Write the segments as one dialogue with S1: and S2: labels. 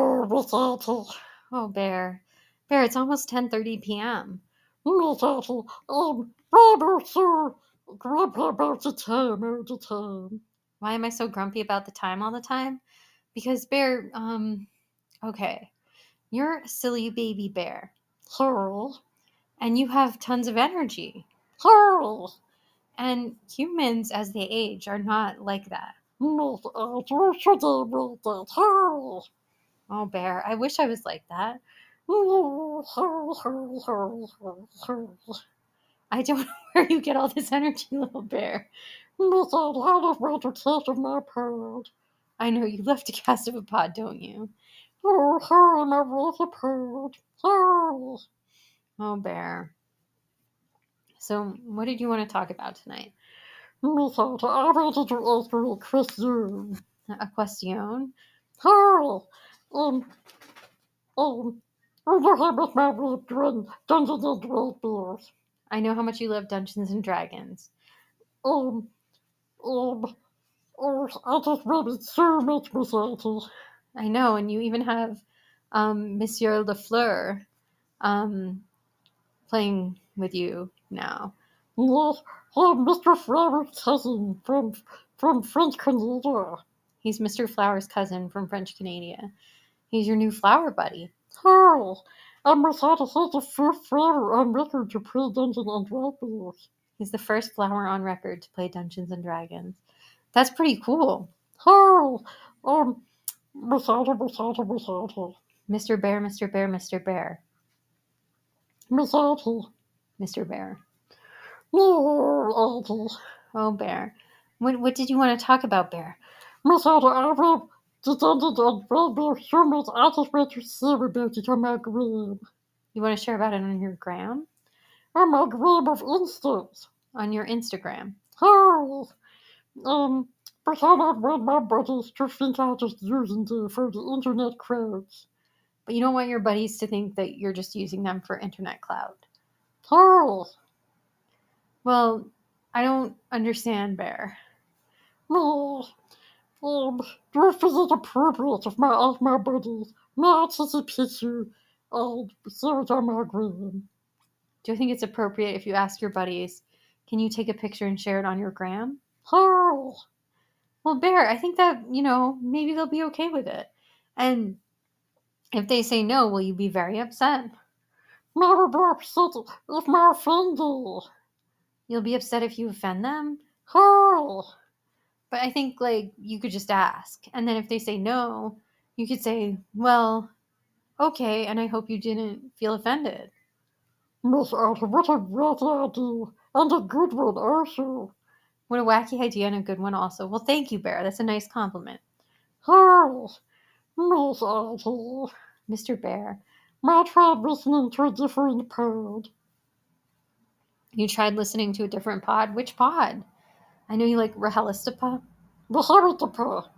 S1: Oh, Bear. Bear, it's almost 10.30 p.m.
S2: Miss Apple, um, Robert, sir, grumpy about the time all the time.
S1: Why am I so grumpy about the time all the time? Because, Bear, um, okay. You're a silly baby bear,
S2: Sir,
S1: and you have tons of energy.
S2: sir,
S1: And humans, as they age, are not like that.
S2: Miss Apple, should I make that hurl?
S1: Oh, Bear, I wish I was like that.
S2: Hurl, hurl, hurl, hurl, hurl, hurl.
S1: I don't know where you get all this energy, little bear.
S2: Miss Apple, how does my detect of my pad?
S1: I know you love to cast of a pod, don't you?
S2: Hurl, hurl, my brother pad. Hurl.
S1: Oh, Bear. So, what did you want to talk about tonight?
S2: Miss Apple, I wanted to ask you a question.
S1: A question?
S2: Hurl. Um, um, remember how much my red friend Dungeons and Dragons
S1: I know how much you love Dungeons and Dragons.
S2: Um, um, um, I just read it so much, Miss Apple.
S1: I know, and you even have um, Monsieur Lafleur um, playing with you now.
S2: Yes, I'm Mr. Frederick Tessin from from French Canada.
S1: He's Mr. Flower's cousin from French Canada. He's your new flower buddy.
S2: Hi, I'm Masada Says the fifth flower on record to play Dungeons and Dragons.
S1: He's the first flower on record to play Dungeons and Dragons. That's pretty cool.
S2: Hi, um, Masada, Masada, Masada.
S1: Mr. Bear, Mr. Bear, Mr. Bear,
S2: Masada.
S1: Mr. Bear.
S2: No, Apple.
S1: Oh, Bear. What, what did you want to talk about, Bear?
S2: Masada, I read the Dungeons and Dragons so much, I just read to see about it on my dream.
S1: You want to share about it on your gram?
S2: On my dream of instincts.
S1: On your Instagram?
S2: Hurl! Um, pretend I'd read my buddies to think I just using them for the internet crowds.
S1: But you don't want your buddies to think that you're just using them for internet cloud.
S2: Hurl!
S1: Well, I don't understand, Bear.
S2: No. Um, do you think it's appropriate if my ask my buddies not to see picture and see it on my gram?
S1: Do you think it's appropriate if you ask your buddies, can you take a picture and share it on your gram?
S2: Hurl!
S1: Well, Bear, I think that, you know, maybe they'll be okay with it. And if they say no, will you be very upset?
S2: Never be upset if my offended.
S1: You'll be upset if you offend them?
S2: Hurl!
S1: But I think, like, you could just ask. And then if they say no, you could say, well, okay, and I hope you didn't feel offended.
S2: Miss Out, what a great idea, and a good one also.
S1: What a wacky idea and a good one, also. Well, thank you, Bear. That's a nice compliment.
S2: Hurl! Miss Apple.
S1: Mr. Bear,
S2: My tried listening to a different pod.
S1: you tried listening to a different pod. Which pod? I know you like Rahelistapa.
S2: The Haritapa.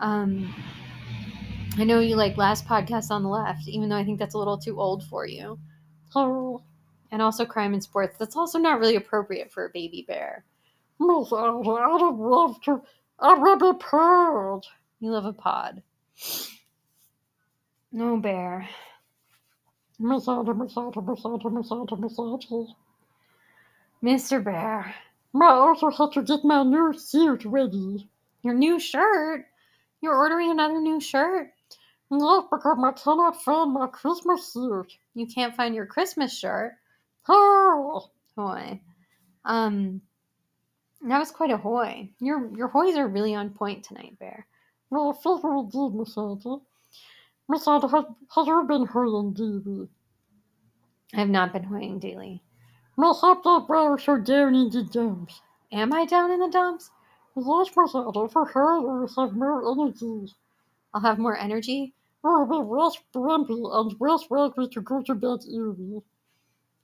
S1: Um, I know you like Last Podcast on the Left, even though I think that's a little too old for you.
S2: Her.
S1: And also Crime and Sports. That's also not really appropriate for a baby bear.
S2: Miss Apple, I'd have loved to. I would be proud.
S1: You love a pod. No bear.
S2: Miss Apple, Miss Apple, Miss Apple, Miss Apple, Miss Apple.
S1: Mr. Bear.
S2: My also had to get my new suit ready.
S1: Your new shirt. You're ordering another new shirt.
S2: Yes, because I cannot find my Christmas suit.
S1: You can't find your Christmas shirt.
S2: Hurl!
S1: Hoy. Um that was quite a hoy. Your your hoys are really on point tonight, Bear.
S2: Well, I think we did, Miss Apple. Miss Apple, has, has you been hurting Davy?
S1: I have not been hoying daily.
S2: Miss Apple, brother, so down in the dumps.
S1: Am I down in the dumps?
S2: Lost myself over her have more energy.
S1: I'll have more energy,
S2: Or be less grumpy and less likely to go to bed early.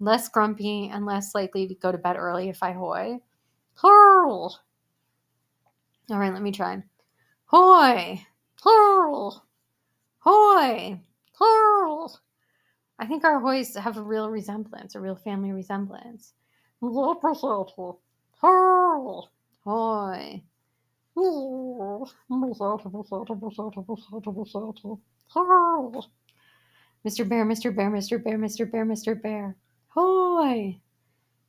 S1: less grumpy, and less likely to go to bed early if I hoy.
S2: Hurl!
S1: All right, let me try. Hoy!
S2: Hurl!
S1: Hoy!
S2: Hurl!
S1: I think our hoys have a real resemblance, a real family resemblance.
S2: Lost myself. Hurl!
S1: Hoy!
S2: E Mr.
S1: Mr. Bear, Mr. Bear, Mr. Bear, Mr. Bear, Mr. Bear. Hoy!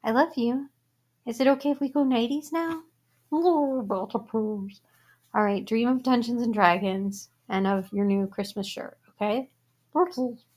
S1: I love you. Is it okay if we go nighties now?
S2: Bat approves.
S1: All right, dream of Dungeons and Dragons and of your new Christmas shirt, okay?
S2: Okay,